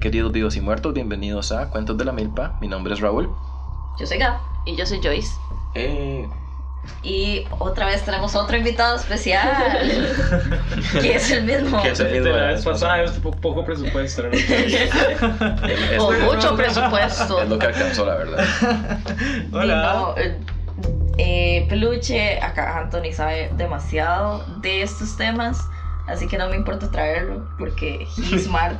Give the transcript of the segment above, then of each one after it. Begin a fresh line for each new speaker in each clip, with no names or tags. Queridos vivos y muertos, bienvenidos a Cuentos de la Milpa. Mi nombre es Raúl.
Yo soy Gab y yo soy Joyce.
Eh,
Y otra vez tenemos otro invitado especial. que es el mismo.
Que es el-
o
Sí,
De la
dólares, más
vez
o
pasada, es po- poco presupuesto. ¿no?
es- es-
mucho presupuesto.
es lo que alcanzó, la verdad.
Hola.
No, eh, eh, peluche, acá Anthony sabe demasiado de estos temas. Así que no me importa traerlo porque he's smart.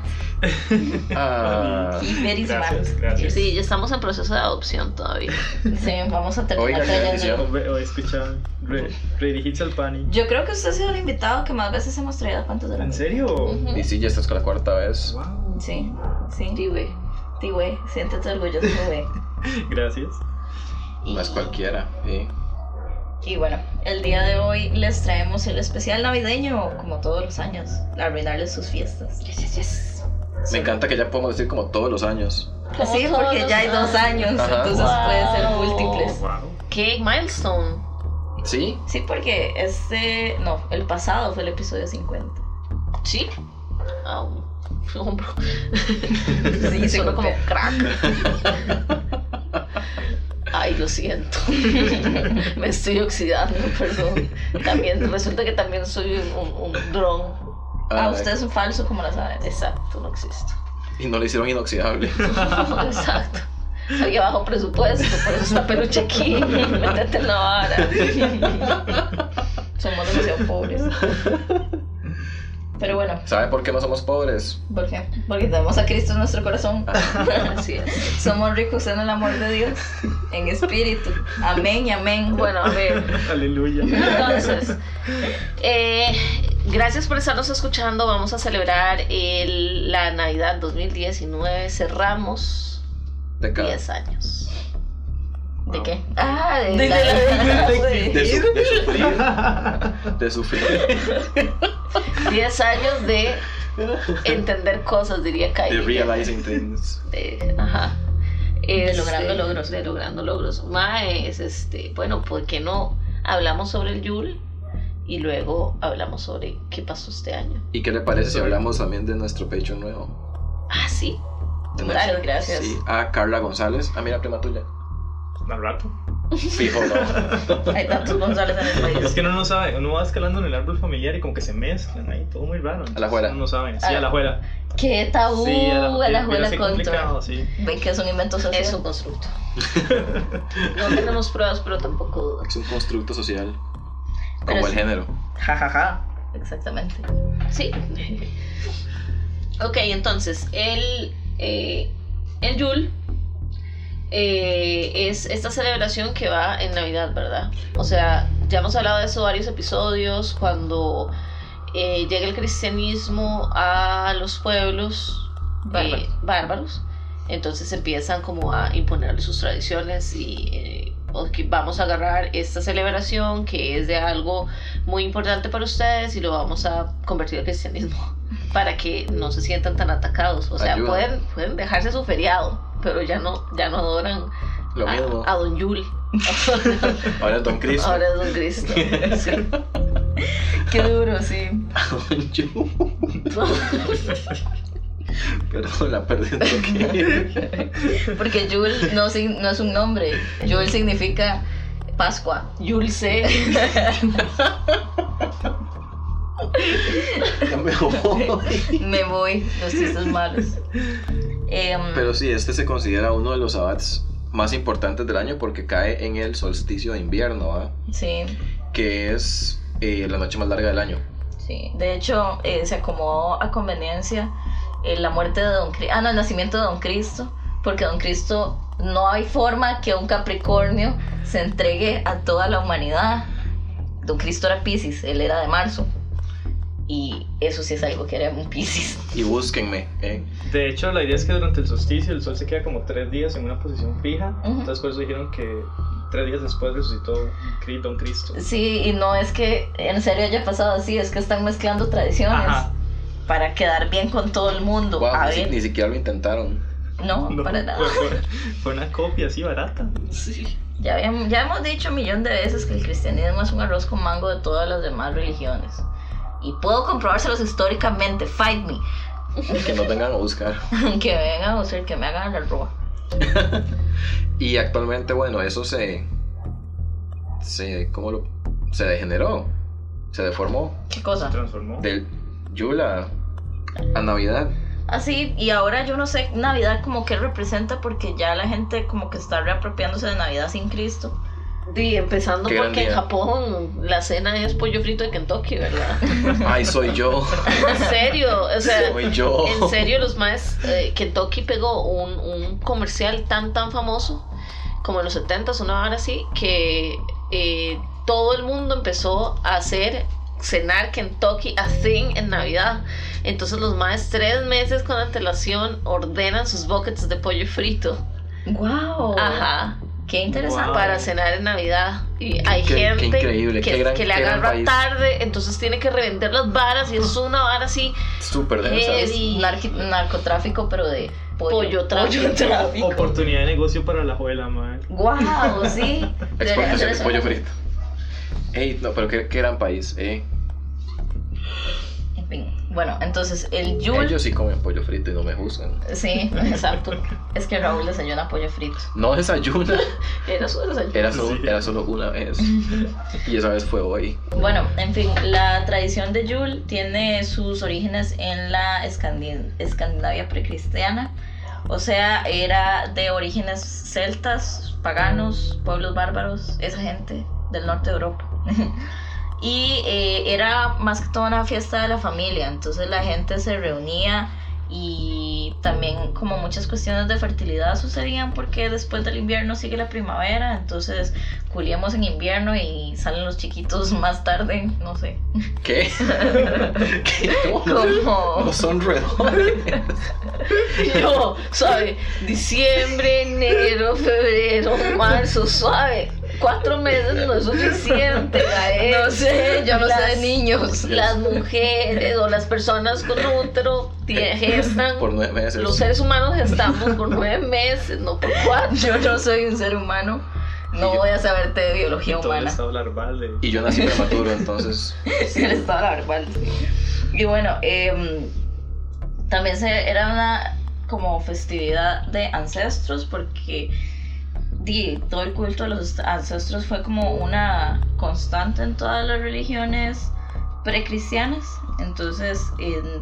Ah,
He's very
Gracias,
smart.
gracias.
Sí, ya estamos en proceso de adopción todavía.
Sí, vamos a terminar
Oiga, qué
trayendo-
bendición.
O, o escuchaban re, Ready Hits al Pani.
Yo creo que usted ha sido el invitado que más veces hemos traído a Cuentos de la
¿En
Milpa.
serio?
Ujú.
y sí, ya estás con la cuarta vez.
Wow.
Sí, sí. Sí, güey, siéntete orgulloso, güey.
Gracias.
No es cualquiera. sí.
Y bueno, el día de hoy les traemos el especial navideño, como todos los años, arruinarles sus fiestas.
Me encanta que ya podemos decir como todos los años.
Como
Sí,
todos
porque
los
ya hay dos años,
Ajá.
entonces
Wow.
pueden ser múltiples.
Wow.
¿Qué milestone?
¿Sí?
Sí, porque este, no, el pasado fue el episodio 50.
Sí. Au. Hombro.
Sí, sí,
Suena como
golpea.
crack. Ay, lo siento. Me estoy oxidando, perdón. También, resulta que también soy un, un, un dron.
Ah,
Ah,
usted es un falso, como la sabe.
Exacto, no existo.
Y no le hicieron inoxidable.
Exacto. Había bajo presupuesto, por eso está peluche aquí. Métete en la vara.
Somos demasiado pobres. Pero bueno,
¿Saben por qué no somos pobres?
¿por qué? Porque tenemos a Cristo en nuestro corazón.
Así es.
Somos ricos en el amor de Dios, en espíritu. Amén y amén.
Bueno, a ver.
Aleluya.
Entonces, eh, gracias por estarnos escuchando. Vamos a celebrar el- la Navidad 2019. Cerramos
De cada.
10 años. ¿De
Wow.
qué? Ah, de,
De
la,
la-
De, su- de sufrir. De sufrir.
10 años de entender cosas, diría Kylie.
De realizing things.
de, ajá, Este,
logrando logros.
de logrando logros. Mae, es este, bueno, ¿por qué no hablamos sobre el Yule y luego hablamos sobre qué pasó este año?
¿Y qué le parece si hablamos también de nuestro Patreon nuevo?
Ah, sí.
De
Dale,
nuestro-
gracias.
Sí, a Carla González. Ah, mira, prima tuya.
Al rato.
Fijo, no.
Hay tantos González en el
Es
país.
que uno no sabe, uno va escalando en el árbol familiar y como que se mezclan ahí, todo muy raro. entonces
la juela.
Uno no sabe. Sí,
A la-
a la juela.
Qué tabú
Sí,
uh, a la
mira,
juela
sí,
contra.
complicado, sí.
Ve que es un invento social.
Es un constructo. No tenemos pruebas, pero tampoco dudas.
Es un constructo social.
Pero
Como el
sí.
género.
Ja, ja, ja. Exactamente.
Sí. ok, entonces, el, eh, el Yule eh, es esta celebración que va en Navidad, ¿verdad? O sea, ya hemos hablado de eso varios episodios, cuando eh, llega el cristianismo a los pueblos eh,
Bárbaros.
bárbaros, entonces empiezan como a imponerle sus tradiciones y... eh, ok, vamos a agarrar esta celebración que es de algo muy importante para ustedes y lo vamos a convertir al cristianismo para que no se sientan tan atacados. O sea,
Ayuda.
pueden, pueden dejarse su feriado, pero ya no, ya no adoran
Lo
Ah,
a,
mismo.
a Don Yul.
Ahora es Don Cristo.
Ahora es Don Cristo. Sí.
Qué duro, sí.
Don Yu. Perdón, la perdí un toque.
Porque Yule no, sig- no es un nombre. Yule significa Pascua. Yule se.
Ya me voy.
Me voy. Los chistes malos. Em,
Pero sí, este se considera uno de los sabbats más importantes del año porque cae en el solsticio de invierno, ¿ah?
sí.
que es eh, la noche más larga del año.
Sí, de hecho eh, se acomodó a conveniencia eh, la muerte de Don Cristo, ah, no, el nacimiento de Don Cristo, porque Don Cristo no hay forma que un Capricornio se entregue a toda la humanidad. Don Cristo era Pisces, él era de marzo. Y eso sí es algo que era un Pisces.
Y búsquenme. ¿eh?
De hecho, la idea es que durante el solsticio el sol se queda como tres días en una posición fija.
Ujú.
Entonces, por eso dijeron que tres días después resucitó Cri- Don Cristo.
Sí, y no es que en serio haya pasado así, es que están mezclando tradiciones
Ajá.
para quedar bien con todo el mundo.
Wow,
a
ni, si-
ver,
ni siquiera lo intentaron.
no,
No,
para nada.
Fue, fue- fue una copia así barata.
Sí.
Ya, habíamos- ya hemos dicho un millón de veces que el cristianismo es un arroz con mango de todas las demás religiones. Y puedo comprobárselos históricamente, fight me.
que nos vengan a buscar.
que vengan a usar, que me hagan la ropa.
Y actualmente, bueno, eso se. se ¿Cómo lo.? Se degeneró. Se deformó.
¿Qué cosa?
Se transformó.
Del Yula a Navidad.
Así, y ahora yo no sé Navidad como que representa porque ya la gente como que está reapropiándose de Navidad sin Cristo.
Y empezando
Qué gran
porque en
día.
Japón la cena es pollo frito de Kentucky, ¿verdad?
Ay, soy yo.
En serio, o sea,
Soy yo.
en serio los más Kentucky pegó un, un comercial tan tan famoso como en los 70s, una hora así, que eh, todo el mundo empezó a hacer cenar Kentucky a thing en Navidad. Entonces los más tres meses con antelación ordenan sus buckets de pollo frito.
Oh.
¡Wow!
Ajá.
Qué interesante.
Wow.
para cenar en Navidad. Y hay
qué- qué
gente
increíble,
que,
qué gran-
que le
qué gran
agarra
país.
tarde, entonces tiene que revender las varas y es una vara así,
Súper
Eh,
densa.
Sí.
Narqui- narcotráfico, pero de pollo.
pollo tráfico.
Oportunidad de negocio para la juela, madre.
¡Wow! Sí. Debería
Exportación
hacer
de
eso.
pollo frito. Ey, no, pero qué, qué gran país, eh.
En fin. Bueno, entonces el Yule.
Ellos sí comen pollo frito y no me juzgan.
Sí, exacto. Es que Raúl desayuna pollo frito.
No desayuna.
Eh,
Era su desayuno.
Era solo,
Sí.
era solo una vez. Y esa vez fue hoy.
Bueno, en fin, la tradición de Yule tiene sus orígenes en la Escandi- Escandinavia precristiana, o sea, era de orígenes celtas, paganos, pueblos bárbaros, esa gente del norte de Europa. y eh, era más que todo una fiesta de la familia, entonces la gente se reunía y también como muchas cuestiones de fertilidad sucedían porque después del invierno sigue la primavera, entonces culiamos en invierno y salen los chiquitos más tarde, no sé.
¿Qué? ¿Qué? No,
Como
no son redones.
Yo, suave, diciembre, enero, febrero, marzo, suave. Cuatro meses no es suficiente, Gael.
no sé, yo no
Eh, Las-
sé de niños.
Las mujeres o las personas con útero tie- gestan.
Por nueve meses.
Los seres humanos gestamos por nueve meses, no por cuatro.
Yo no soy un ser humano. No
Y yo-
voy a saberte de biología
Y todo el
humana.
estado larval de.
Y yo nací prematuro, entonces.
el estado larval. Y bueno, em, también se, era una como festividad de ancestros porque di, todo el culto de los ancestros fue como una constante en todas las religiones precristianas. Entonces, en-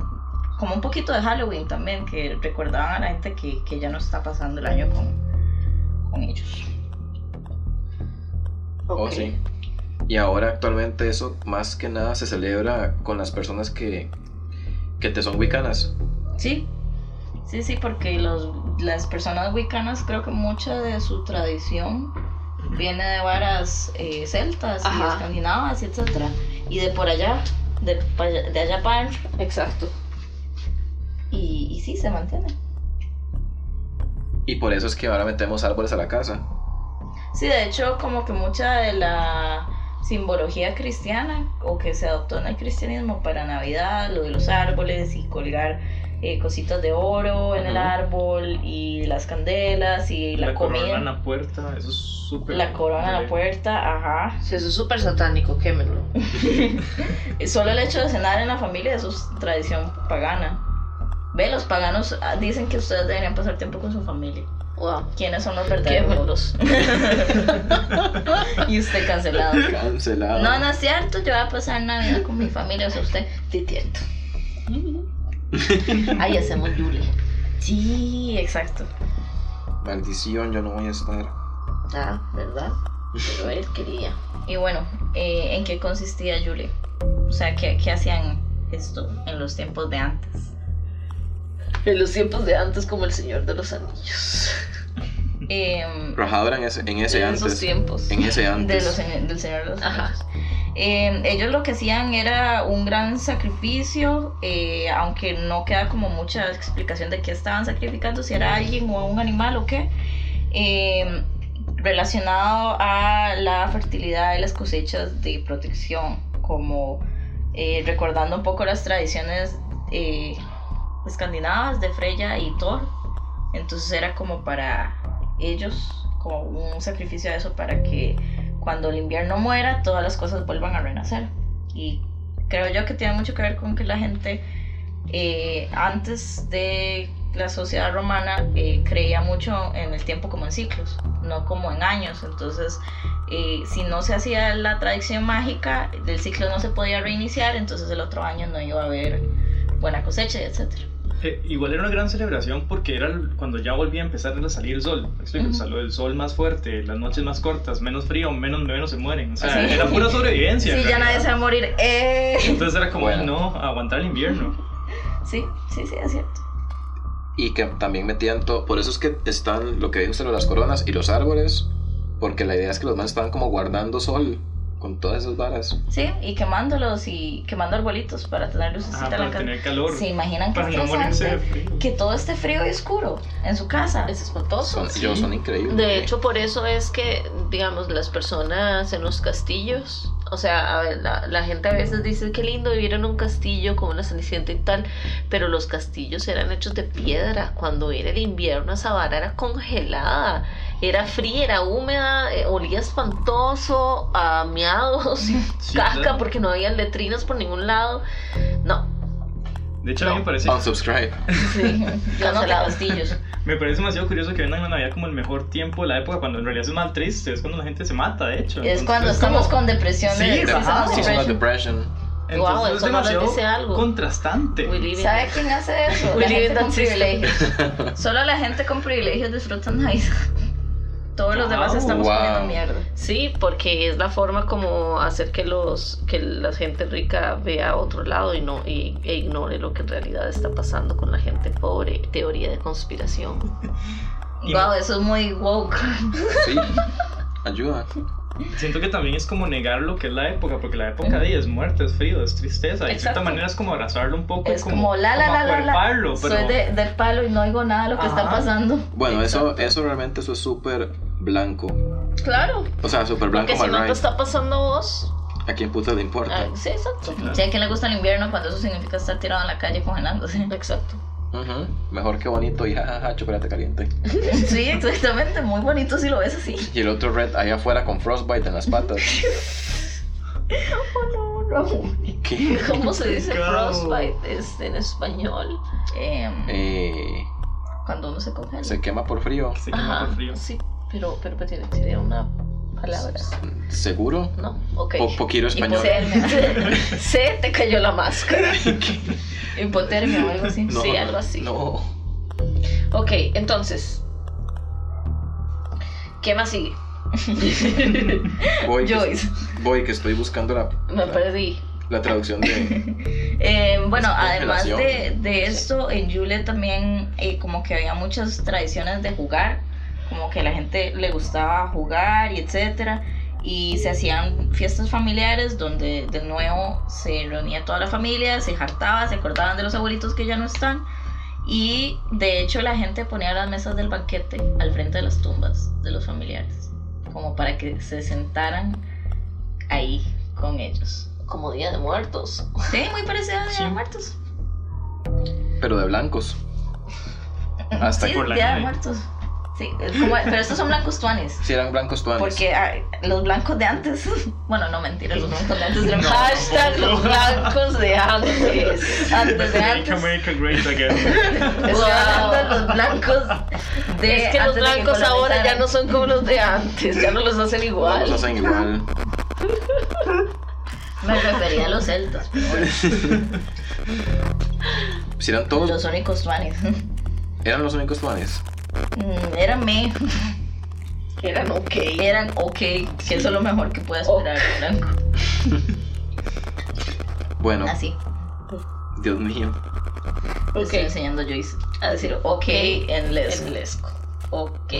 como un poquito de Halloween también, que recordaban a la gente que, que ya no está pasando el año con, con ellos.
Oh, sí. Y ahora actualmente eso más que nada se celebra con las personas que, que te son wicanas.
Sí, sí, sí, porque los, las personas wiccanas creo que mucha de su tradición viene de varas eh, celtas y
Ajá.
escandinavas, etcétera, y de por allá, de, pa- de allá para adentro,
Exacto.
y, y sí, se mantiene.
Y por eso es que ahora metemos árboles a la casa.
Sí, de hecho, como que mucha de la simbología cristiana o que se adoptó en el cristianismo para Navidad, lo de los árboles y colgar eh, cositas de oro en el
Ajá.
árbol y las candelas y la,
la corona
comida.
en la puerta, eso es súper.
La corona a la
de-
puerta, ajá.
Sí, eso es súper satánico, quémelo.
Solo el hecho de cenar en la familia eso es tradición pagana. Ve, los paganos ah, dicen que ustedes deberían pasar tiempo con su familia.
Wow.
¿Quiénes son los
Quémelos.
verdaderos? y usted cancelado.
Cancelado.
No, no es cierto, yo voy a pasar Navidad con mi familia, o sea, usted, titierto.
Ahí hacemos Yule.
Sí, exacto.
Maldición, yo no voy a estar.
Ah, ¿verdad? Pero él quería.
Y bueno, eh, ¿en qué consistía Julie? O sea, ¿qué, ¿qué hacían esto en los tiempos de antes?
En los tiempos de antes, como el Señor de los Anillos.
Em,
Rajadora en ese, en ese
en esos
antes.
tiempos.
En ese
de
antes.
los, señ- del Señor de los
Ajá.
Anillos. Eh, ellos lo que hacían era un gran sacrificio, eh, aunque no queda como mucha explicación de qué estaban sacrificando, si era alguien o un animal o qué, eh, relacionado a la fertilidad y las cosechas de protección, como eh, recordando un poco las tradiciones eh, escandinavas de Freya y Thor. Entonces era como para ellos, como un sacrificio de eso para que cuando el invierno muera, todas las cosas vuelvan a renacer. Y creo yo que tiene mucho que ver con que la gente eh, antes de la sociedad romana eh, creía mucho en el tiempo como en ciclos, no como en años. Entonces, eh, si no se hacía la tradición mágica, el ciclo no se podía reiniciar, entonces el otro año no iba a haber buena cosecha, etc.
Eh, igual era una gran celebración porque era cuando ya volvía a empezar a salir el sol. ¿me explico?
Ujú.
O sea, lo del sol más fuerte, las noches más cortas, menos frío, menos menos se mueren. O sea,
Sí.
era pura
Si
sobrevivencia. en
ya
realidad.
nadie se va a morir. ¡Eh!
Entonces era como,
Bueno.
no, aguantar el invierno.
Sí, sí, sí, es cierto.
y que también metían todo. Por eso es que están lo que dijo usted, lo de las coronas y los árboles, porque la idea es que los más estaban como guardando sol con todas esas varas.
Sí, y quemándolos y quemando arbolitos para tener lucecita
Ah,
en la
para
casa.
tener calor.
¿Se imaginan que,
Para no
fresa
morirse de
hace?
frío.
que todo esté frío y oscuro en su casa?
Es espantoso.
Son, yo, son increíbles.
De hecho, por eso es que, digamos, las personas en los castillos, o sea, a ver, la, la gente a veces dice que lindo vivir en un castillo como una cenicienta y tal, pero los castillos eran hechos de piedra. Cuando era el invierno, esa vara era congelada, era fría, era húmeda, eh, olía espantoso, a miados y
Sí,
caca,
claro.
porque no había letrinas por ningún lado. No,
De hecho, a mí me parece,
Unsubscribe.
sí,
Yo no te
cancelado.
castillos.
me parece demasiado curioso que vendan la Navidad como el mejor tiempo de la época, cuando en realidad es más triste, es cuando la gente se mata, de hecho.
Es
Entonces,
cuando
como-
estamos con depresión.
Sí,
de- seasonal
ajá,
Sí, son
depression.
las depression.
Entonces
Wow,
es
eso no les
demasiado
dice algo.
contrastante.
We live in-
¿Sabe quién hace eso?
We
La
live in
gente
that
con
system.
privilegios. Solo la gente con privilegios disfrutan Navidad. Todos los demás
Wow.
estamos
Wow.
comiendo mierda.
Sí, porque es la forma como hacer que los que la gente rica vea otro lado y no y, e ignore lo que en realidad está pasando con la gente pobre. Teoría de conspiración.
Y
wow,
no-
eso es muy woke.
Sí. Ayuda.
Siento que también es como negar lo que es la época, porque la época de ahí es muerte, es frío, es tristeza. Y de cierta
Exacto.
manera es como abrazarlo un poco. y
Es como la la
como
la la la.
acuerparlo, pero
Soy de- del palo y no oigo nada de lo que está
Ajá.
pasando.
Bueno, eso, eso realmente eso es súper blanco.
Claro,
O sea, súper blanco
porque
mal
si no te
right.
está pasando a vos.
¿A quién puta le
ah,
importa?
sí, exacto.
Claro.
Si a quien le gusta el invierno cuando eso significa estar tirado en la calle congelándose.
Exacto.
Ujú. Mejor que bonito y jajaja, chocolate caliente.
Sí, exactamente. Muy bonito si lo ves así.
Y el otro red allá afuera con frostbite en las patas. ¿Qué?
¿Cómo se dice
Claro.
frostbite este, en español?
Em,
Eh,
cuando uno se congela.
se quema por frío.
se quema por frío.
sí, pero, pero pues tiene, tiene una palabra.
¿Seguro?
No, ok.
Po- poquito español.
Hipotermia.
Se te cayó la máscara.
Hipotermia o algo así.
No,
sí, algo así.
No.
Ok, entonces. ¿Qué más sigue?
Voy, que,
Joyce.
voy, que estoy buscando la,
Me
la,
perdí.
la traducción de.
Eh, bueno,
Es
además de,
congelación.
de esto, en Yule también eh, como que había muchas tradiciones de jugar, como que a la gente le gustaba jugar y etcétera, y se hacían fiestas familiares donde de nuevo se reunía toda la familia, se jartaba, se acordaban de los abuelitos que ya no están, y de hecho la gente ponía las mesas del banquete al frente de las tumbas de los familiares, como para que se sentaran ahí con ellos.
Como Día de Muertos.
Sí, muy parecido a Día
Sí.
de Muertos.
Pero de blancos. Hasta
sí,
que.
por la
Día de
nieve.
Muertos. Sí, es como- pero estos son blancos tuanes.
Si eran blancos tuanes.
Porque ah, los blancos de antes. Bueno, no mentira, los blancos de antes eran
No.
Hashtag los blancos de antes.
Antes de
Make
antes.
America great again.
Estoy hablando de los blancos de
Es que los
antes de que
blancos ahora ya
colonizaran.
no son como los de antes. Ya no los hacen
No
igual.
los hacen igual.
Me refería a los celtas, pero bueno,
Si eran todos.
los únicos tuanes.
Eran los únicos tuanes.
Mm, Eran me,
Eran ok.
eran ok, que eso es lo mejor que puede esperar un blanco.
Bueno,
Así,
Dios mío.
le
Ok.
estoy enseñando a Joyce a decir ok en les.
En lesco.
Ok.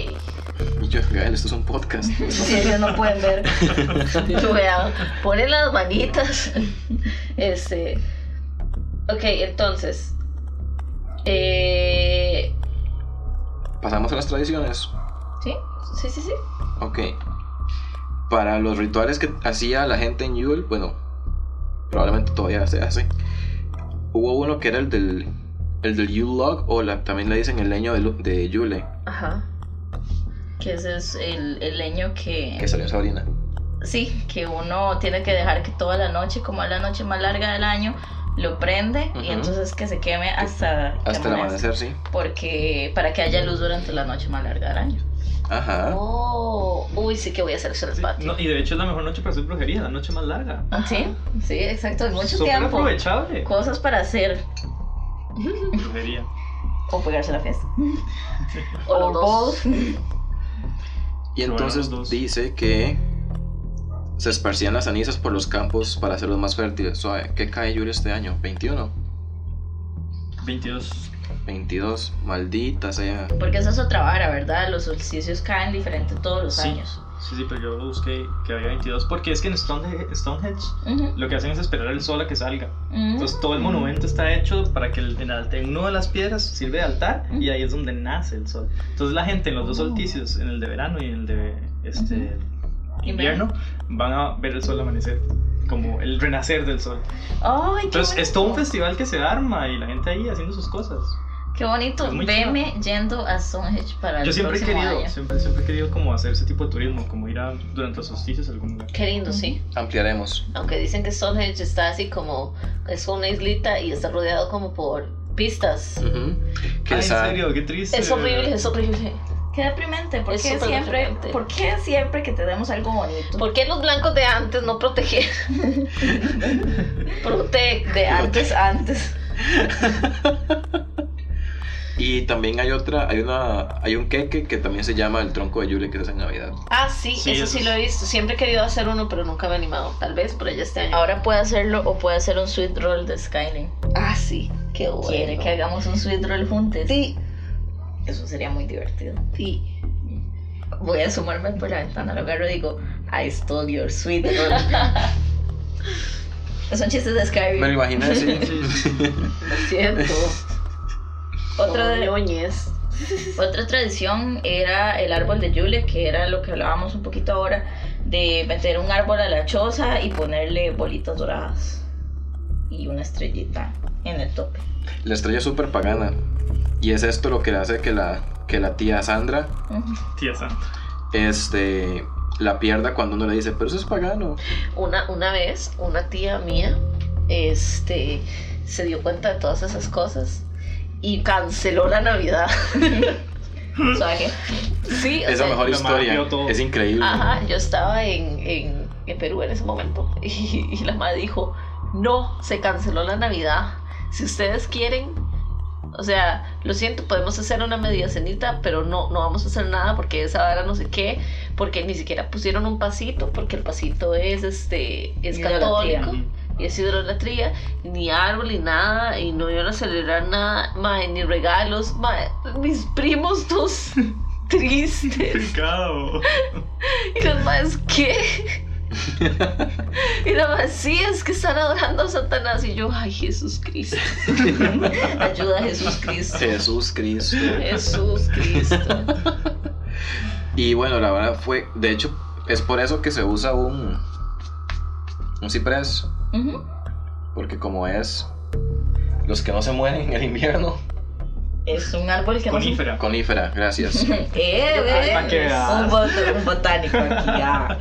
Y yo, Gael, esto es un podcast.
Si ellos no pueden ver.
Vean, Ponen las manitas. Este. Ok, entonces. Eh,
Pasamos a las tradiciones.
¿Sí?
sí, sí, sí.
Ok. Para los rituales que hacía la gente en Yule, bueno, probablemente todavía se hace. Hubo uno que era el del, el del Yule Log, o la- también le dicen el leño de, lu- de Yule,
Ajá.
Que ese es el, el leño
que
que...
salió en Sabrina.
Sí, que uno tiene que dejar que toda la noche, como es la noche más larga del año, lo prende y
Ujú.
entonces que se queme hasta, que
Hasta el amanecer, sí.
Porque para que haya luz durante la noche más larga del año.
Ajá.
Oh, uy, sí que voy a hacer eso en el
Sí,
patio.
no, y de hecho es la mejor noche para hacer brujería, la noche más larga.
Sí, sí, exacto. hay Mucho
Súper
tiempo.
aprovechable.
Cosas para hacer.
Brujería.
O pegarse la fiesta.
O los dos.
both.
Y
Pero
entonces
bueno, los dos.
dice que se esparcían las cenizas por los campos para hacerlos más fértiles. Suave, ¿qué cae Yuri este año? 21,
22.
22, maldita sea.
Porque esa es otra vara, ¿verdad? Los solsticios caen diferente todos los
Sí.
años.
Sí, sí, pero yo lo busqué que había 22. Porque es que en Stone- Stonehenge
Ujú,
lo que hacen es esperar el sol a que salga.
ujú.
Entonces todo el monumento está hecho para que el, en alta- en uno de las piedras sirve de altar y ahí es donde nace el sol. Entonces la gente en los dos
Mm. Oh.
solsticios, en el de verano y en el de este,
Invierno.
invierno, van a ver el sol amanecer, como el renacer del sol.
Ay, qué
Entonces es todo un
bonito.
festival que se arma y la gente ahí haciendo sus cosas.
Qué bonito.
Es muy
Veme yendo a Stonehenge para el
Yo siempre he
próximo
querido,
año.
siempre, siempre he querido como hacer ese tipo de turismo, como ir a, durante los solsticios a algún lugar.
Qué lindo, sí.
Ampliaremos.
Aunque dicen que Stonehenge está así como. Es una islita y está rodeado como por pistas.
Ujú. Que
Ay, en
esa-
serio, qué triste.
Es horrible, es horrible.
Qué deprimente. ¿Por
Es
qué,
súper
siempre,
deprimente.
¿Por qué siempre que tenemos algo bonito?
¿Por qué los blancos de antes no protegían? Protect de antes, antes.
Y también hay otra, hay una, hay un queque que también se llama el tronco de Yule que se hace en Navidad.
Ah, sí,
Sí,
eso
eso
sí
es-
lo he visto. Siempre he querido hacer uno, pero nunca me he animado. Tal vez por allá este año.
Ahora puede hacerlo o puede hacer un sweet roll de Skyrim.
Ah, sí, qué bueno.
¿Quiere que hagamos un sweet roll juntos?
Sí,
Eso sería muy divertido.
sí.
Voy a sumarme por la ventana, lo agarro y digo, I stole your sweet roll. Son chistes de Skyrim.
Me lo imaginé así.
Sí, sí.
Lo siento.
Otro
Como
de-
ñoñez.
Otra tradición era el árbol de Yule, que era lo que hablábamos un poquito ahora, de meter un árbol a la choza y ponerle bolitas doradas y una estrellita en el tope.
La estrella es súper pagana. Y es esto lo que hace que la, que la tía Sandra
Ujú.
Tía Santa.
este, la pierda cuando uno le dice, pero eso es pagano.
Una, una vez, una tía mía este, se dio cuenta de todas esas cosas y canceló la Navidad.
O sea que,
Sí, o
Es la
sea,
mejor
lo
historia.
mapeó todo.
Es increíble.
Ajá, yo estaba en, en- en Perú en ese momento y, y la madre dijo, no, se canceló la Navidad. Si ustedes quieren, o sea, lo siento, podemos hacer una media cenita, pero no, no vamos a hacer nada porque esa vara no sé qué, porque ni siquiera pusieron un pasito, porque el pasito es, este, es
Idolatría.
católico. Y es idolatría, ni árbol, ni nada, y no iban a celebrar nada, mae, ni regalos, mae. mis primos todos tristes.
Pecado.
Y los más, ¿qué? y la más, sí, es que están adorando a Satanás. Y yo, ay, Jesús Cristo.
ayuda a Jesús Cristo.
Jesús Cristo.
Jesús Cristo.
Y bueno, la verdad fue, de hecho, es por eso que se usa un, un ciprés,
Ujú.
porque como es los que no se mueren en el invierno,
Es un árbol que no se-
Conífera.
conífera, gracias.
Eh, ve,
Ah, Para que veas.
un, bot- un botánico aquí. ah.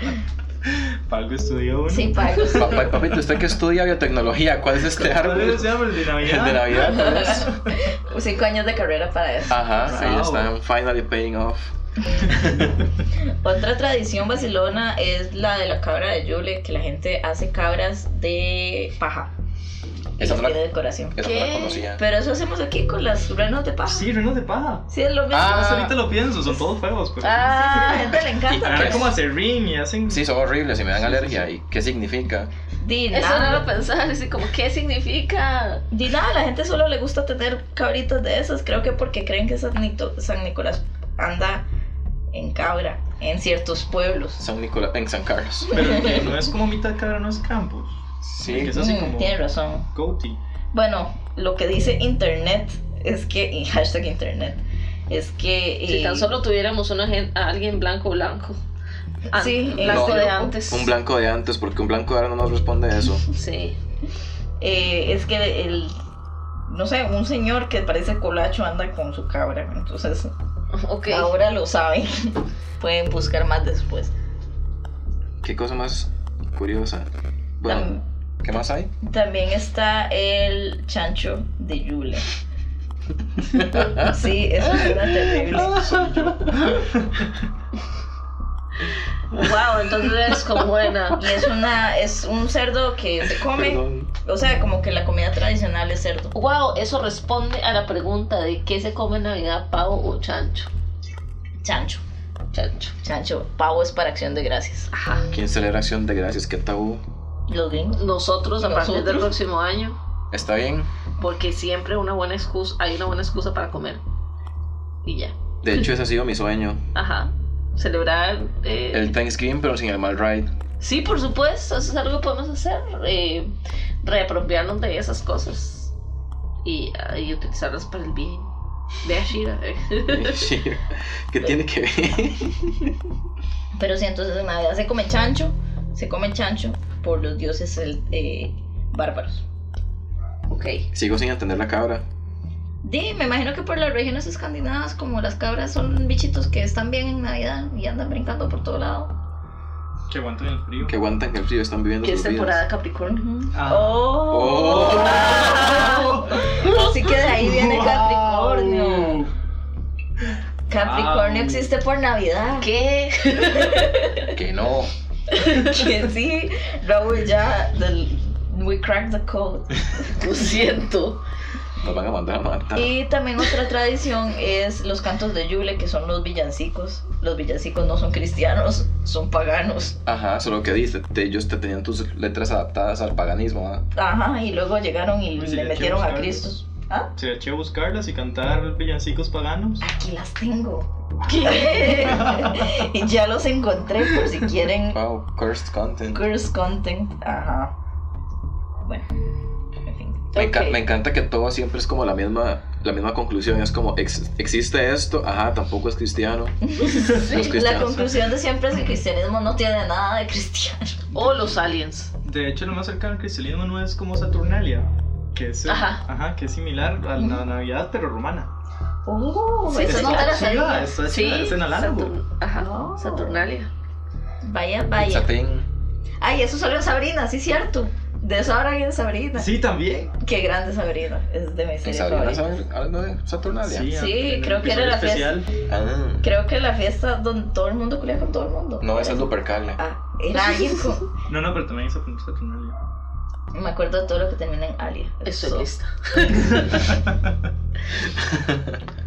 Para algo estudió uno.
Sí, Paco.
Pa- pa- papito, usted que estudia biotecnología, ¿cuál es este
¿Cuál
árbol?
es el árbol de
El
Navidad?
de Navidad, ¿cuál es?
Cinco años de carrera para eso.
Ah.
Ajá, ahí
Wow.
están, finally paying off.
Otra tradición vacilona es la de la cabra de Yule, que la gente hace cabras de paja. Y
Esa
las
no la-
tiene de decoración.
Esa no la
¿Qué?
conocía.
Pero eso hacemos aquí con las renos de paja.
Ah, Sí, renos de paja.
Sí, es lo mismo.
Ah,
Hasta ahorita lo pienso, son todos feos.
Sí,
Pero...
sí, a
Ah,
la gente le encanta.
Agarran como acerrín y hacen.
Sí, son horribles y me dan
Sí, sí,
alergia. ¿Y qué significa?
Di
eso no lo
nada.
pensaba. Así como, ¿qué significa?
Di nada, a la gente solo le gusta tener cabritos de esas. Creo que porque creen que San, Nito- San Nicolás anda en cabra en ciertos pueblos.
San Nicolás, en San Carlos.
Pero que no es como mitad cabra, no es campos.
Sí,
Que es así
Mm,
como.
Tiene razón.
Goatee.
Bueno, lo que dice internet es que, y hashtag internet, es que...
Si
eh,
tan solo tuviéramos una gen- a alguien blanco, blanco. Ah,
Sí,
blanco
no,
de
no,
antes.
un blanco de antes, porque un blanco de ahora no nos responde a eso.
Sí.
eh, es que el... No sé, un señor que parece colacho anda con su cabra, entonces
Ok.
ahora lo saben. Pueden buscar más después.
Qué cosa más curiosa. Bueno,
Tam-
¿Qué más hay?
También está el chancho de Yule. Sí, eso suena terrible.
Ah.
Wow, entonces es como buena. Y es una, es un cerdo que se come.
Perdón.
O sea, como que la comida tradicional es cerdo.
Wow, eso responde a la pregunta de qué se come en Navidad, pavo o chancho.
Chancho.
Chancho.
Chancho. Pavo es para acción de gracias. Ajá.
¿Quién celebra Acción de Gracias? ¿Qué tabú?
Los gringos.
Nosotros a partir del
Nosotros.
próximo año,
¿Está bien?
porque siempre una buena excusa, hay una buena excusa para comer. Y ya.
De hecho, ese ha sido mi sueño.
Ajá. Celebrar. eh,
El Thanksgiving, pero sin el mal ride.
Sí, por supuesto, eso es algo que podemos hacer. eh, reapropiarnos de esas cosas y, ah, y utilizarlas para el bien. Ve a Shira.
Sí. ¿Qué tiene que ver?
Pero sí, entonces en Navidad se come chancho. Se come chancho por los dioses el- eh, bárbaros.
ok.
Sigo sin entender la cabra.
Di, me imagino que por las regiones escandinavas, como las cabras son bichitos que están bien en Navidad y andan brincando por todo lado.
Que aguanten el frío.
Que aguantan el frío, están viviendo
¿Qué es
sus vidas.
temporada Capricornio?
Ah.
¡Oh!
¡Oh!
Así que de ahí viene Capricornio. Capricornio
Wow.
existe por Navidad.
¿Qué?
Que no.
Que sí, Raúl ya. del- we cracked the code.
Lo siento.
Nos van a mandar a matar.
Y también otra tradición es los cantos de Yule, que son los villancicos. Los villancicos no son cristianos, son paganos.
Ajá, solo que dice, te- ellos te tenían tus letras adaptadas al paganismo. ¿ah?
Ajá, y luego llegaron y
Pues si
le
le
metieron a
echamos
Cristo. ¿Ah?
Sería chévere buscarlas y cantar villancicos paganos.
Aquí las tengo. y ya los encontré por si quieren
Wow, cursed content.
curse content. Ajá. Bueno, en fin.
Me, enca-
Ok.
me encanta que todo siempre es como la misma, la misma conclusión. Es como, ex- existe esto, ajá, tampoco es cristiano. Los
La
cristianos.
conclusión de siempre es que el cristianismo no tiene nada de cristiano.
O Oh, los aliens.
De hecho, lo más cercano al cristianismo no es como Saturnalia, que es, eh,
Ajá.
que es similar a la Navidad, pero romana.
Uh,
Sí,
eso
sí,
no te la
sí,
sabía.
va, Está chiva, es en Alango.
Saturn- Ajá.
Oh.
Saturnalia.
Vaya, vaya.
Satín.
Ay, eso salió en Sabrina, sí, cierto. De eso ahora viene Sabrina.
Sí, también.
Qué grande Sabrina. Es de mis
¿En
series
Sabrina
favoritas.
saben algo de Saturnalia?
Sí,
en el
creo que era la
episodio especial.
Ah,
Creo que la fiesta donde todo el mundo culea con todo el mundo.
no, esa es Lupercalia.
Ah, era alguien con.
No, no, pero también es Saturnalia.
Me acuerdo de todo lo que termina en Alia.
Estoy lista.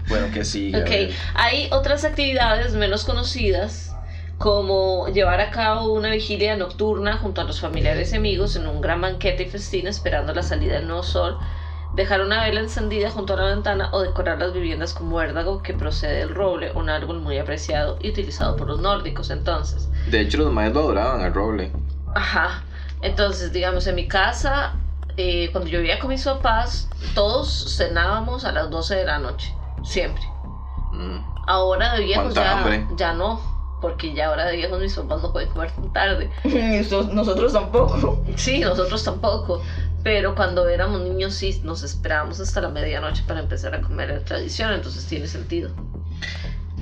Bueno, que sí.
Ok. Hay otras actividades menos conocidas como llevar a cabo una vigilia nocturna junto a los familiares y amigos en un gran banquete y festín esperando la salida del nuevo sol, dejar una vela encendida junto a la ventana o decorar las viviendas con muérdago que procede del roble, un árbol muy apreciado y utilizado por los nórdicos entonces.
De hecho, los maestros lo adoraban al roble.
Ajá. Entonces, digamos, en mi casa, eh, cuando yo vivía con mis papás, todos cenábamos a las 12 de la noche, siempre.
Mm.
Ahora de viejos
¿Cuánta hambre?
ya, ya no, porque ya ahora de viejos mis papás no pueden comer tan tarde.
Nosotros tampoco.
Sí, nosotros tampoco, pero cuando éramos niños sí nos esperábamos hasta la medianoche para empezar a comer la tradición, entonces tiene sentido.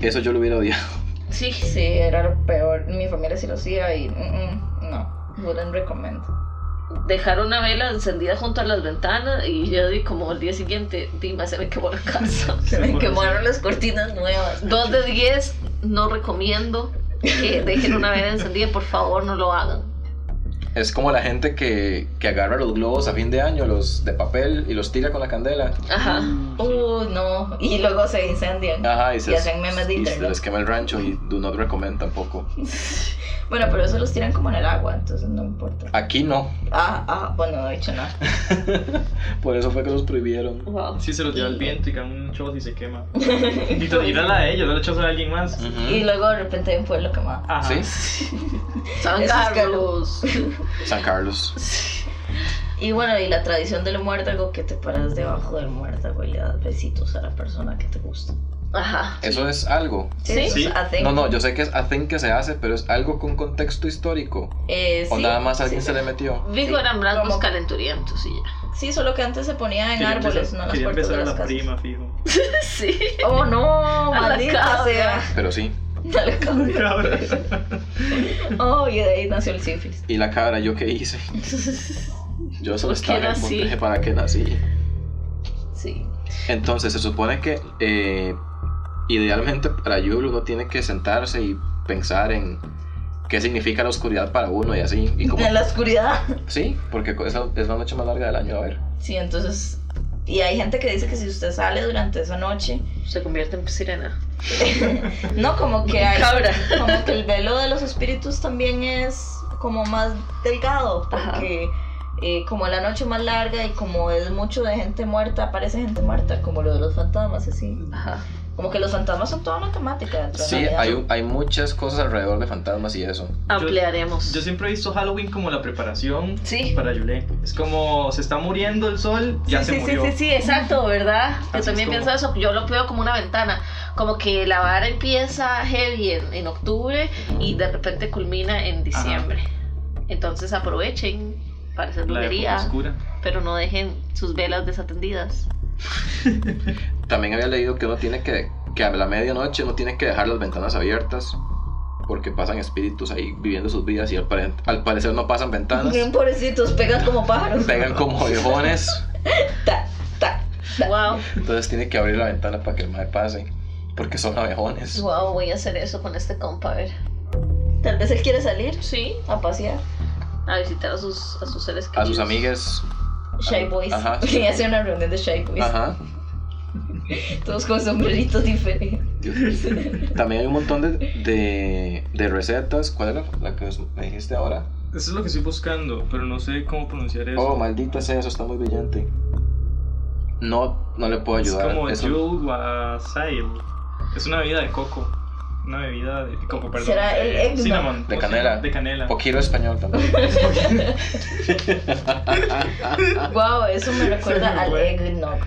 Eso yo lo hubiera odiado.
Sí,
Sí, era lo peor. Mi familia sí lo hacía y. mm, mm, no, wouldn't recommend.
dejar una vela encendida junto a las ventanas y yo di como al día siguiente, Dima, se me quemó la casa.
Se me
bueno,
quemaron
sí.
las cortinas nuevas.
2 de 10, no recomiendo que dejen una vela encendida, por favor no lo hagan.
Es como la gente que, que agarra los globos a fin de año, los de papel, y los tira con la candela.
Ajá.
Uh, no. Y luego se incendian.
Ajá, y se,
Y hacen memes de
y se
internet.
les quema el rancho y do not recommend tampoco.
Bueno, pero eso los tiran como en el agua, entonces no importa.
Aquí no.
Ah, ah, bueno, de hecho nada.
Por eso fue que los prohibieron.
Wow.
Sí, se los lleva el viento y caen un chozo y se quema. y te tiran a ellos, no le echas a alguien más.
Ujú.
Y luego de repente hay un pueblo quemado.
Ajá.
Sí,
San
Eso es caro.
Carlos.
San Carlos.
Y bueno, y la tradición del muérdago que te paras debajo del muérdago y le das besitos a la persona que te gusta.
Ajá.
Eso es algo.
Sí.
eso es
Sí.
a thing.
No, no, yo sé que es a thing que se hace, pero es algo con contexto histórico.
Eh,
o
sí,
nada más
sí,
alguien
sí.
se le metió.
Vigo eran blancos
Como-
calenturientos y ya.
Sí, solo que antes se ponía en
Quería
árboles,
empezar-
no en las
quería
puertas
empezar
de
a
las
la
casas.
prima, fijo.
Sí.
Oh no,
A la
maldita
cabra.
sea.
Pero sí.
A la cabra. Oh, y de ahí nació el sífilis.
¿Y la cabra yo qué hice? Yo solo
¿Por qué
estaba en el
nací?
punto de para qué nací.
Sí.
Entonces se supone que eh, idealmente para Yul uno tiene que sentarse y pensar en qué significa la oscuridad para uno y así. Y como,
En la oscuridad.
sí, porque es la, es la noche más larga del año, a ver.
Sí, entonces. Y hay gente que dice que si usted sale durante esa noche.
Se convierte en sirena.
No, como que hay.
Cabra.
Como que el velo de los espíritus también es como más delgado.
Ajá.
Porque. eh, como la noche más larga y como es mucho de gente muerta, aparece gente muerta, como lo de los fantasmas, así.
Ajá.
Como que los fantasmas son toda una temática. dentro de
Sí,
Navidad.
hay, un- hay muchas cosas alrededor de fantasmas y eso.
Ampliaremos.
Yo siempre he visto Halloween como la preparación
Sí.
para Yule. Es como se está muriendo el sol, ya
sí,
se
sí,
murió.
sí, sí, sí, exacto, ¿verdad? Yo
Así
también
es como-
pienso eso, yo lo veo como una ventana, como que la vara empieza heavy en, en octubre y de repente culmina en diciembre. Entonces aprovechen para hacer
La época
brujería,
oscura.
pero no dejen sus velas desatendidas.
También había leído que uno tiene que, que a la medianoche uno tiene que dejar las ventanas abiertas porque pasan espíritus ahí viviendo sus vidas y al, pare- al parecer no pasan ventanas.
Bien pobrecitos, pegan como pájaros.
Pegan como viejones,
Ta, ta.
Wow,
entonces tiene que abrir la ventana para que el mae pase, porque son abejones.
wow, voy a hacer eso con este compa, a ver.
Tal vez él quiere salir
Sí,
a pasear.
a visitar a sus, a sus seres
A
queridos.
sus amigas,
Shy Boys.
Ajá.
Quería hacer una reunión de Shy Boys.
ajá.
Todos con sombreritos diferentes.
Dios mío. También hay un montón de, de, de recetas. ¿Cuál era la que me dijiste ahora?
Eso es lo que estoy buscando, pero no sé cómo pronunciar eso.
Oh, maldita sea, eso está muy brillante. No, no le puedo
es
ayudar.
como
Eso-
Yule Wasail. Es una bebida de coco. Una bebida de coco, perdón.
¿Será el
Eh,
Eggnog?
cinnamon.
De
o
canela.
sea, De canela.
Poquito español también. Ah.
Wow, eso me
Se
recuerda
me
al
fue.
eggnog.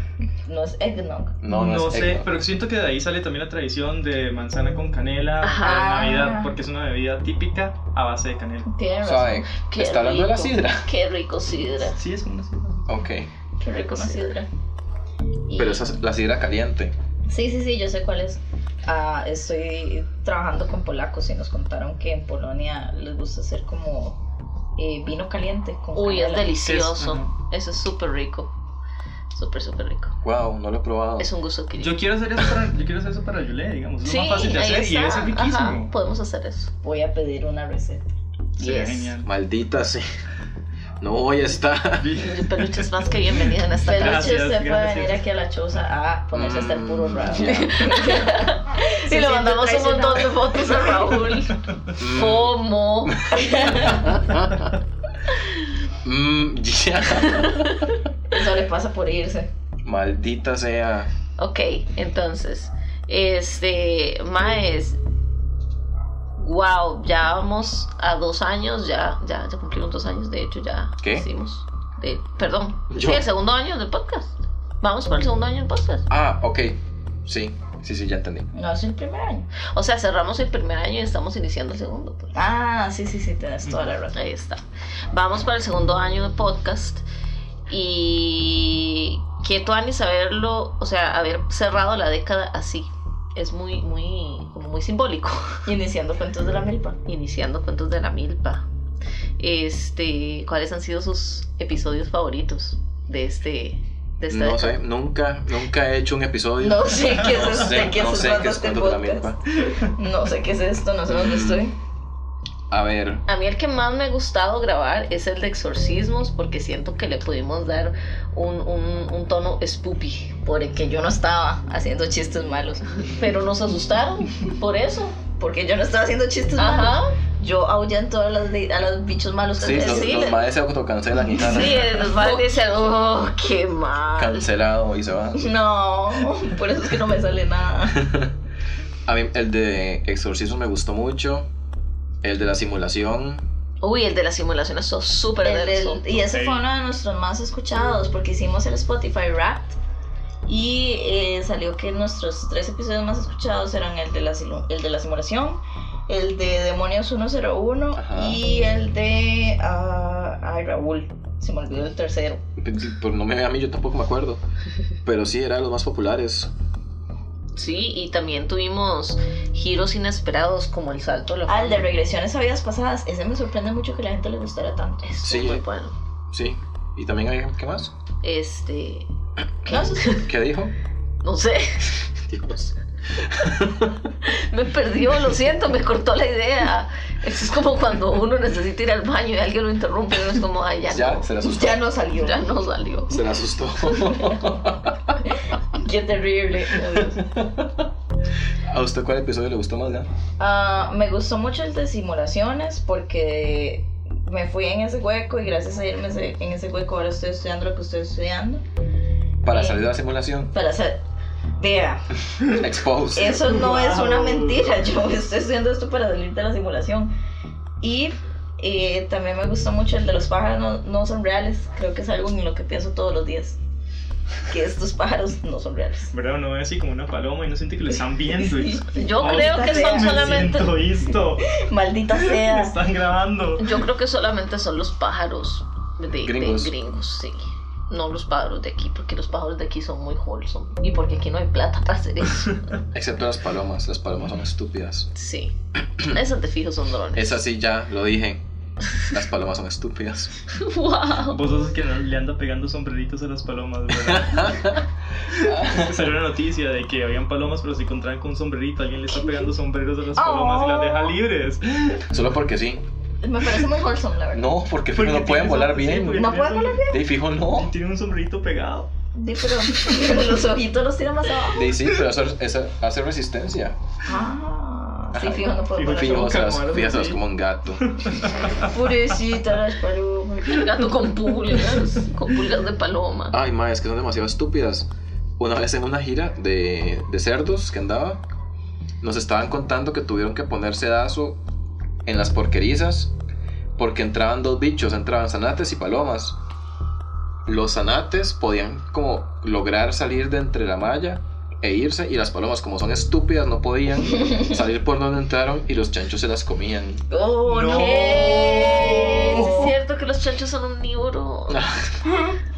No es eggnog.
No, no, es
sé,
eggnog.
pero siento que de ahí sale también la tradición de manzana con canela
Ajá.
en Navidad, porque es una bebida típica a base de canela.
Tiene razón.
Suave.
Qué
eh, Está hablando de la
rico.
sidra.
Qué rico sidra.
Sí, es una sidra.
Ok.
Qué rico la sidra. Y-
Pero esa es la sidra caliente.
Sí, sí, sí, yo sé cuál es. Ah, estoy trabajando con polacos y nos contaron que en Polonia les gusta hacer como eh, vino caliente. Con
Uy, es
canela.
delicioso.
Es- ajá.
Eso es súper rico. Súper, súper rico.
Wow, no lo he probado.
Es un gusto que
Yo quiero hacer eso para, yo quiero hacer eso para Yule, digamos. Es
Sí,
lo más fácil de
ahí
hacer y debe
está.
ser riquísimo.
Ajá, podemos hacer eso.
Voy a pedir una receta.
Sería
Yes.
genial.
Maldita sea. No voy a estar.
El peluche es más que bienvenido en esta
Pero
casa.
Gracias,
usted puede
gracias.
venir aquí a la choza a ponerse hasta el puro
Mm,
rabo.
ya.
Y le mandamos un montón de fotos a Raúl. ¿Cómo?
Mm, ya.
Eso le pasa por irse.
Maldita sea.
Ok, entonces, este, Maes, wow, ya vamos a dos años, ya, ya, ya cumplieron dos años, de hecho, ya
¿Qué?
hicimos, de, perdón,
Yo.
sí, el segundo año del podcast. Vamos por el segundo año del podcast.
Ah, ok. Sí, sí, sí, ya entendí.
No, es el primer año.
O sea, cerramos el primer año y estamos iniciando el segundo. pues.
Ah, sí, sí, sí, tienes toda la razón.
Ahí está. Vamos para el segundo año de podcast. Y qué tuani saberlo, o sea, haber cerrado la década así. Es muy, muy, como muy simbólico.
Iniciando cuentos de la milpa.
Iniciando cuentos de la milpa. Este, ¿cuáles han sido sus episodios favoritos de este, de esta
No
década?
sé, nunca, nunca he hecho un episodio.
No sé qué es
No
esto,
sé,
qué
no
es
sé qué es
este
cuento de la milpa.
podcast. No sé qué es esto, no sé dónde estoy.
A ver,
A mí el que más me ha gustado grabar es el de exorcismos porque siento que le pudimos dar un, un, un tono spoopy.
Porque yo no estaba haciendo chistes malos.
Pero nos asustaron por eso.
Porque yo no estaba haciendo chistes malos.
Ajá.
Yo ahuyento a los, de- a los bichos malos que
sí,
me
los,
sí,
los
le-
maes se autocancelan y ganan.
Sí, los padres dicen, oh, qué mal.
Cancelado y se va.
No, por eso es que no me sale nada.
A mí el de Exorcismo me gustó mucho. El de la simulación.
Uy, el de la simulación estuvo súper
El del-
denso.
y ese
Ok.
fue uno de nuestros más escuchados porque hicimos el Spotify Wrapped y eh, salió que nuestros tres episodios más escuchados eran el de la, silu- el de la simulación, el de Demonios 101
Ajá.
y el de... ah, ay, Raúl, se me olvidó el tercero.
Pues no me a mí, yo tampoco me acuerdo. Pero sí, era de los más populares.
Sí, y también tuvimos giros inesperados como el salto a la
Ah, el de
fama.
regresiones a vidas pasadas, ese me sorprende mucho que la gente le gustara tanto.
Estuvo
Sí.
muy bueno.
Sí. ¿Y también hay qué más?
Este.
¿Qué?
¿Qué dijo?
No sé.
Dios.
Me perdió, lo siento, me cortó la idea. Eso es como cuando uno necesita ir al baño y alguien lo interrumpe y uno es como, ay, ya,
Ya,
no,
se le asustó.
ya no salió. Ya no salió.
Se le asustó.
Qué terrible. Dios.
¿A usted cuál episodio le gustó más, ya?
Ah, me gustó mucho el de simulaciones porque me fui en ese hueco y gracias a irme ese- en ese hueco ahora estoy estudiando lo que estoy estudiando.
Para
Eh.
salir de la simulación,
Para hacer... Vea,
Exposed.
eso no es una
Wow.
mentira. Yo estoy estudiando esto para salir de la simulación. Y eh, también me gustó mucho el de los pájaros no, no son reales. Creo que es algo en lo que pienso todos los días. Que estos pájaros no son reales.
¿Verdad? Uno ve así como una paloma y no siente que lo están viendo. y-
Yo
Ahorita
creo que son
me
solamente...
siento visto.
Maldita sea.
Me están grabando.
Yo creo que solamente son los pájaros de de
Gringos.
gringos, sí. No los pájaros de aquí, porque los pájaros de aquí son muy wholesome. Y porque aquí no hay plata para hacer eso.
Excepto las palomas. Las palomas son estúpidas.
Sí. Esas de fijo son drones.
Esa sí ya lo dije. Las palomas son estúpidas.
¡Wow!
Vos sos el que le anda pegando sombreritos a las palomas, ¿verdad? Salió una noticia de que habían palomas, pero se encontraban con un sombrerito. Alguien le está pegando sombreros a las palomas y las deja
Oh.
libres.
Solo porque sí.
Me parece muy wholesome, la verdad.
No, porque,
Porque
no pueden
tiene
volar
som- sí,
bien.
porque
¿No
tiene
pueden
som-
volar
De ahí fijo no.
Tiene un sombrerito pegado.
Sí, pero, pero los ojitos los tira más abajo.
De ahí sí, pero eso, eso hace resistencia.
Ah, sí,
Ajá.
fijo, no puedo parar.
Fijo,
Fijo,
como
se las,
camarones,
fijo, se las
sí.
como un gato.
Pobrecita las palomas.
Gato con pulgas, con pulgas de paloma.
Ay, ma, es que son demasiado estúpidas. Una vez en una gira de, de cerdos que andaba, nos estaban contando que tuvieron que poner sedazo en las porquerizas porque entraban dos bichos, entraban zanates y palomas. Los zanates podían como lograr salir de entre la malla e irse y las palomas como son estúpidas no podían salir por donde entraron y los chanchos se las comían.
Oh, no.
No.
¿Qué? Sí Es cierto que los chanchos son omnívoros.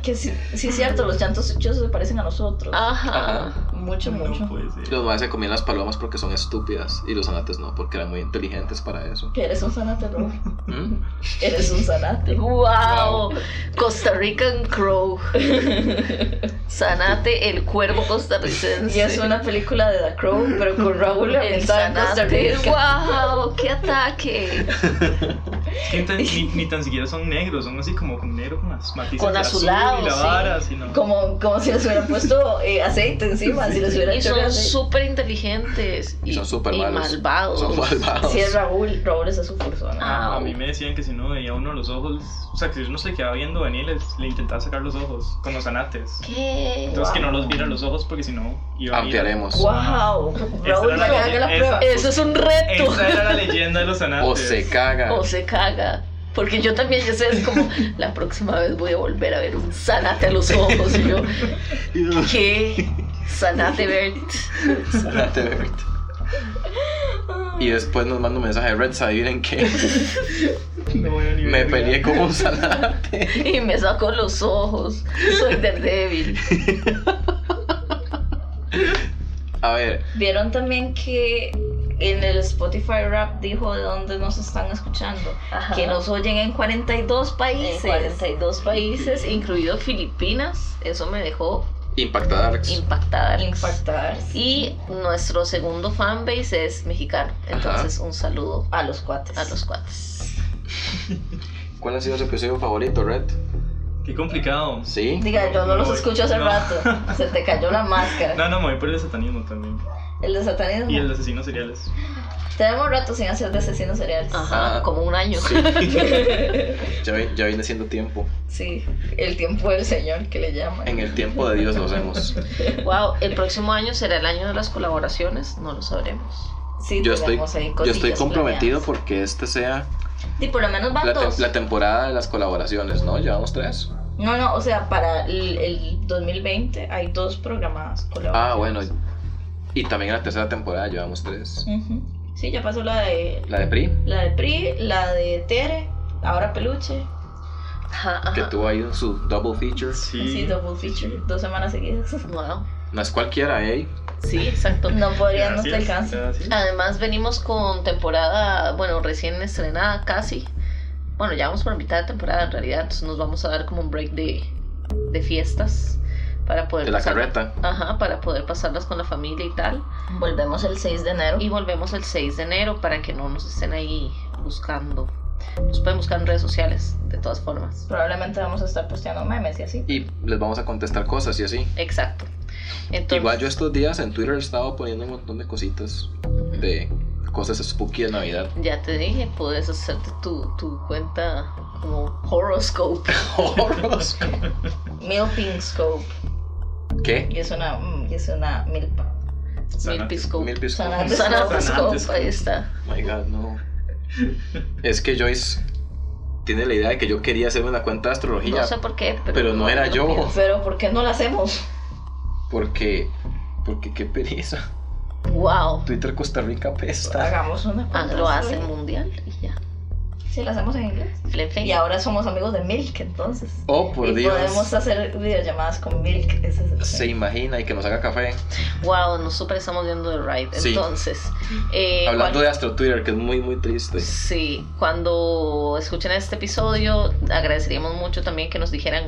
Que sí, sí es cierto, los llantos hechos se parecen a nosotros.
Ah.
Ah.
Ajá.
Mucho, mucho.
No pues. puede ser.
Los más se comían las palomas porque son estúpidas y los zanates no, porque eran muy inteligentes para eso.
Que eres un zanate, bro.
¿Mm?
Eres un zanate.
Wow. Costa Rican Crow. Sanate el cuervo costarricense.
Y es una película de The Crow, pero con Raúl
el
ambientada en Costa
sanate.
Rica.
Wow, qué ataque.
Es que tan- ni, ni tan siquiera son negros, son así como con negro con las matices
Con
de azul
azulado,
y la
sí.
vara, así, ¿no?
Como, como si les hubieran puesto eh, aceite encima, si les hubieran
Y
hecho
son
aceite.
súper inteligentes.
Pues Y son súper
y
malos.
malvados.
Son malvados.
Si es Raúl, Raúl es a su persona.
Ah,
A mí me decían que si no veía uno los ojos, o sea, que si uno se quedaba viendo venir, le, le intentaba sacar los ojos con los anates.
¿Qué?
Entonces que no los
Wow.
viera los ojos porque si no iba a ir.
Ampliaremos.
Wow, Raúl,
era la
que
calle,
haga la
esa-
prueba.
Eso es un reto.
Esa era la leyenda de los anates.
O se caga.
o se caga. Porque yo también, ya sé, es como, la próxima vez voy a volver a ver un sanate a los ojos. Y yo, ¿qué? Sanate, Bert.
Sanate, Bert. Y después nos manda un mensaje de Red, ¿saben qué?
No voy a ni
Me
verga.
peleé con un sanate.
Y me sacó los ojos. Soy del débil.
A ver,
Vieron también que en el Spotify Rap dijo de dónde nos están escuchando.
Ajá.
Que nos oyen en 42
En
países.
42 países, incluido Filipinas. Eso me dejó
impactada Alex.
impactada.
Impactar
Y nuestro segundo fanbase es mexicano. Entonces, un saludo
a los cuates.
a los cuates.
¿Cuál ha sido su episodio favorito, Red?
Qué complicado.
¿Sí?
Diga, yo no los
No,
escucho hace
no.
rato. Se te cayó la máscara.
No, no, me voy por el satanismo también.
El de satanismo.
Y el de asesinos seriales.
Tenemos rato sin hacer de asesinos cereales.
Ajá,
Ah.
como un año.
Sí. Ya, vi- ya viene siendo tiempo.
Sí, el tiempo del Señor que le llaman.
En el tiempo de Dios nos vemos.
Wow, el próximo año será el año de las colaboraciones, no lo sabremos.
Sí,
Yo estoy,
tenemos ahí
yo estoy
cosillas
comprometido
planeadas.
porque este sea
Y por lo menos van
la, tem-
dos.
la temporada de las colaboraciones, ¿no? Llevamos tres.
No, no, o sea, para el, el 2020 hay dos programadas
Ah, bueno.
colaboraciones.
Y también en la tercera temporada llevamos tres.
Ujú. Sí, ya pasó la de
La de PRI,
la de Pri, la de Tere, ahora Peluche,
Ajá,
que
ajá.
tuvo ahí su double feature.
Sí.
así double feature, dos semanas seguidas.
Wow.
No es cualquiera, ¿eh?
Sí, exacto.
No podría, no
Gracias,
te alcanza.
Ah,
gracias.
Además venimos con temporada, bueno, recién estrenada casi, Bueno, ya vamos por mitad de temporada en realidad, entonces nos vamos a dar como un break de, de fiestas para poder
De la
pasar-
carreta.
Ajá, para poder pasarlas con la familia y tal.
Volvemos el 6 de enero.
Y volvemos el 6 de enero para que no nos estén ahí buscando. Nos pueden buscar en redes sociales, de todas formas.
probablemente vamos a estar posteando memes y así.
Y les vamos a contestar cosas y así.
Exacto. Entonces,
Igual yo estos días en Twitter he estado poniendo un montón de cositas de cosas spooky de Navidad.
ya te dije, puedes hacerte tu, tu cuenta como horoscope.
Horoscope.
Milping Scope.
¿Qué?
Y es una, mm, y es una milpa.
Milpiscope.
Milpiscope.
Mil piscos.
Sanante.
Sanante
Sanante
scope, ahí está.
my god, no. Es que Joyce tiene la idea de que yo quería hacerme una cuenta de astrología.
No sé por qué, pero,
pero no era yo.
Pero ¿por qué no la hacemos?
Porque. Porque qué pereza.
Wow.
Twitter Costa Rica pesta.
Hagamos una.
Ah, lo hacen mundial y ya.
Sí, la hacemos en inglés.
Flen, flen.
Y ahora somos amigos de Milk, entonces.
Oh, por
y
Dios.
podemos hacer videollamadas con Milk. Ese es el
Se imagina y que nos haga café.
Eh, Wow, nosotros estamos viendo The Ride.
Sí.
Entonces, eh,
Hablando
cual-
de Astro Twitter, que es muy, muy triste.
Sí, cuando escuchen este episodio, agradeceríamos mucho también que nos dijeran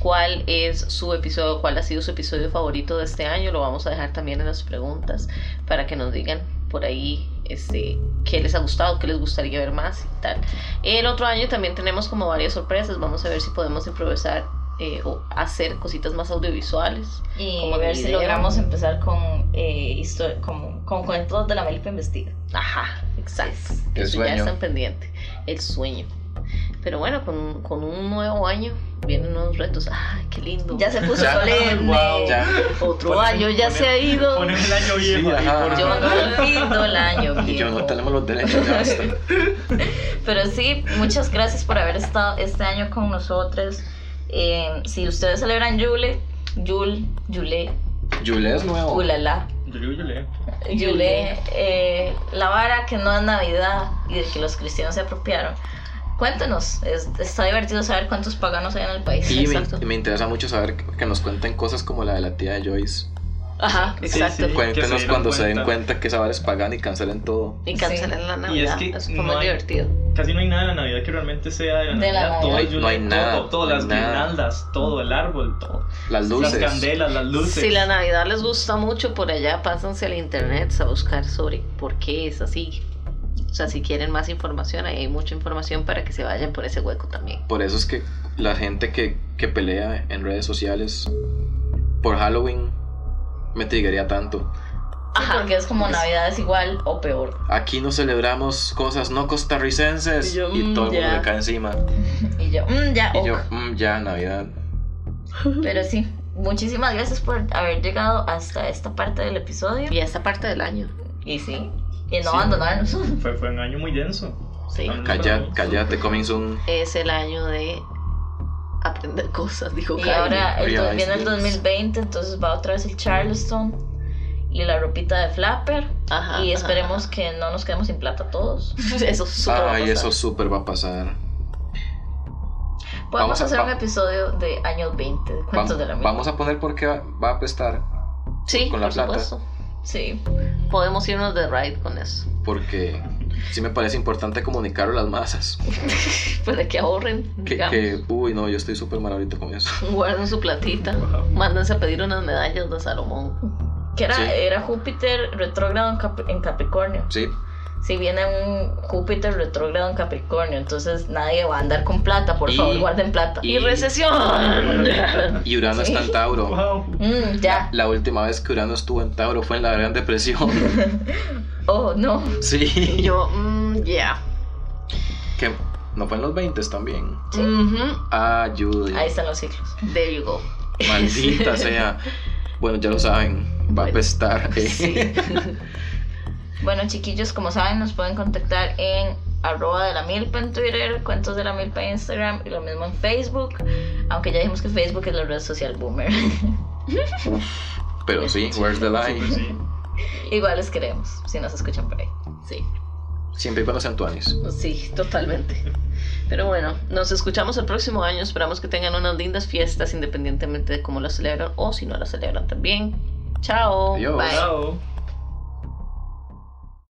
cuál es su episodio, cuál ha sido su episodio favorito de este año. Lo vamos a dejar también en las preguntas para que nos digan por ahí este, qué les ha gustado, qué les gustaría ver más y tal. El otro año también tenemos como varias sorpresas. Vamos a ver si podemos improvisar eh, o hacer cositas más audiovisuales.
Y
Como
ver si
video.
logramos empezar con, eh, histo- como- con cuentos de la Milpa Investiga.
Ajá, exacto.
El
Eso ya
sueño.
están pendientes. El sueño. Pero bueno, con, con un nuevo año vienen nuevos retos. ¡Ay, qué lindo!
Ya se puso
Ya.
solemne.
Wow.
Ya.
Otro
Ponen-
año ya
ponen-
se ha ido.
Ponen el año viejo
Sí,
ahí,
ajá.
por
Yo
favor.
no olvido el año
Y yo no
viejo.
tenemos los derechos ya basta.
Pero sí, muchas gracias por haber estado este año con nosotros. Eh, si ustedes celebran Yule, Yule, Yule,
Yule es nuevo.
Ulala,
Yo digo, yo leo.
Yule, eh, la vara que no es Navidad y de que los cristianos se apropiaron. Cuéntenos, es- está divertido saber cuántos paganos hay en el país.
Y me,
Exacto.
y me interesa mucho saber que, que nos cuenten cosas como la de la tía de Joyce.
Ajá,
Sí, sí.
exacto.
que se
Cuéntenos
dieron
cuando se den
cuenta.
cuenta que esa vara es pagana y cancelen todo.
Y cancelan la Navidad.
Y es que
Eso fue
no
muy
hay-
divertido.
Casi no hay nada de la Navidad que realmente sea de la
De la
Navidad. todo
Navidad.
el
No hay-
Yule,
no hay
todo,
nada,
todo,
no hay
las
nada.
guirnaldas, todo, el árbol, todo.
Las luces.
Las candelas, las luces.
Si la Navidad les gusta mucho por allá, pásense al internet a buscar sobre por qué es así. O sea, si quieren más información, ahí hay mucha información para que se vayan por ese hueco también.
Por eso es que la gente que, que pelea en redes sociales por Halloween me triguería tanto.
Sí, porque es como Navidad es igual o peor.
Aquí no celebramos cosas no costarricenses.
Y
Y,
yo, mm,
todo el mundo
ya.
le cae encima.
Y yo, mm, ya,
Y
ok.
yo, "Mm, ya, Navidad.
Pero sí, muchísimas gracias por haber llegado hasta esta parte del episodio.
Y esta parte del año.
Y sí, y
Sí.
no abandonarnos.
Fue, fue un año muy denso.
Sí.
Al menos para
Callate,
mí.
callate, coming soon.
es el año de aprender cosas, dijo
Y
Kylie.
ahora el do-
Realize
viene el
this.
2020, entonces va otra vez el Charleston y la ropita de Flapper.
Ajá,
y
ajá,
esperemos que no nos quedemos sin plata todos.
ajá. Eso súper va a
Ay,
pasar.
Ah, eso súper va a pasar.
Podemos
Vamos a-
hacer un
va-
episodio de años 20, de cuentos
Vam-
de la Mil.
vamos a poner porque va, va a apestar.
Sí,
con la
por
plata.
supuesto.
Sí,
Podemos irnos de ride con eso.
Porque sí me parece importante comunicarlo a las masas.
Para Pues que ahorren,
Que,
digamos.
que, uy, no, yo estoy súper mal ahorita con eso.
Guarden su platita.
Wow.
Mándense a pedir unas medallas de Salomón.
que era,
Sí.
era Júpiter retrógrado en, Cap- en Capricornio.
Sí,
Si viene un Júpiter retrógrado en Capricornio, entonces nadie va a andar con plata, por
Y-
favor, guarden plata.
Y,
Y-
recesión.
y Urano está en Tauro.
Wow.
Mm, ya,
La última vez que Urano estuvo en Tauro fue en la Gran Depresión.
oh no.
Y
Sí,
yo, mm, ya.
que no fue en los 20 también.
Mhm.
Ayude.
Ahí están los ciclos.
There you go.
Maldita sea. Bueno, ya lo saben, va a
Bueno,
apestar. eh.
Sí.
Bueno, chiquillos, como saben, nos pueden contactar en arroba de la milpa en Twitter, cuentos de la milpa en Instagram y lo mismo en Facebook. Aunque ya dijimos que Facebook es la red social boomer.
Pero sí, where's the
Súper,
line?
sí.
Igual les queremos, si nos escuchan por ahí.
sí.
Siempre y cuando sean tuanis.
Sí, totalmente. Pero bueno, nos escuchamos el próximo año. Esperamos que tengan unas lindas fiestas independientemente de cómo las celebran o si no las celebran también. Chao.
Adiós.
Bye.
Wow.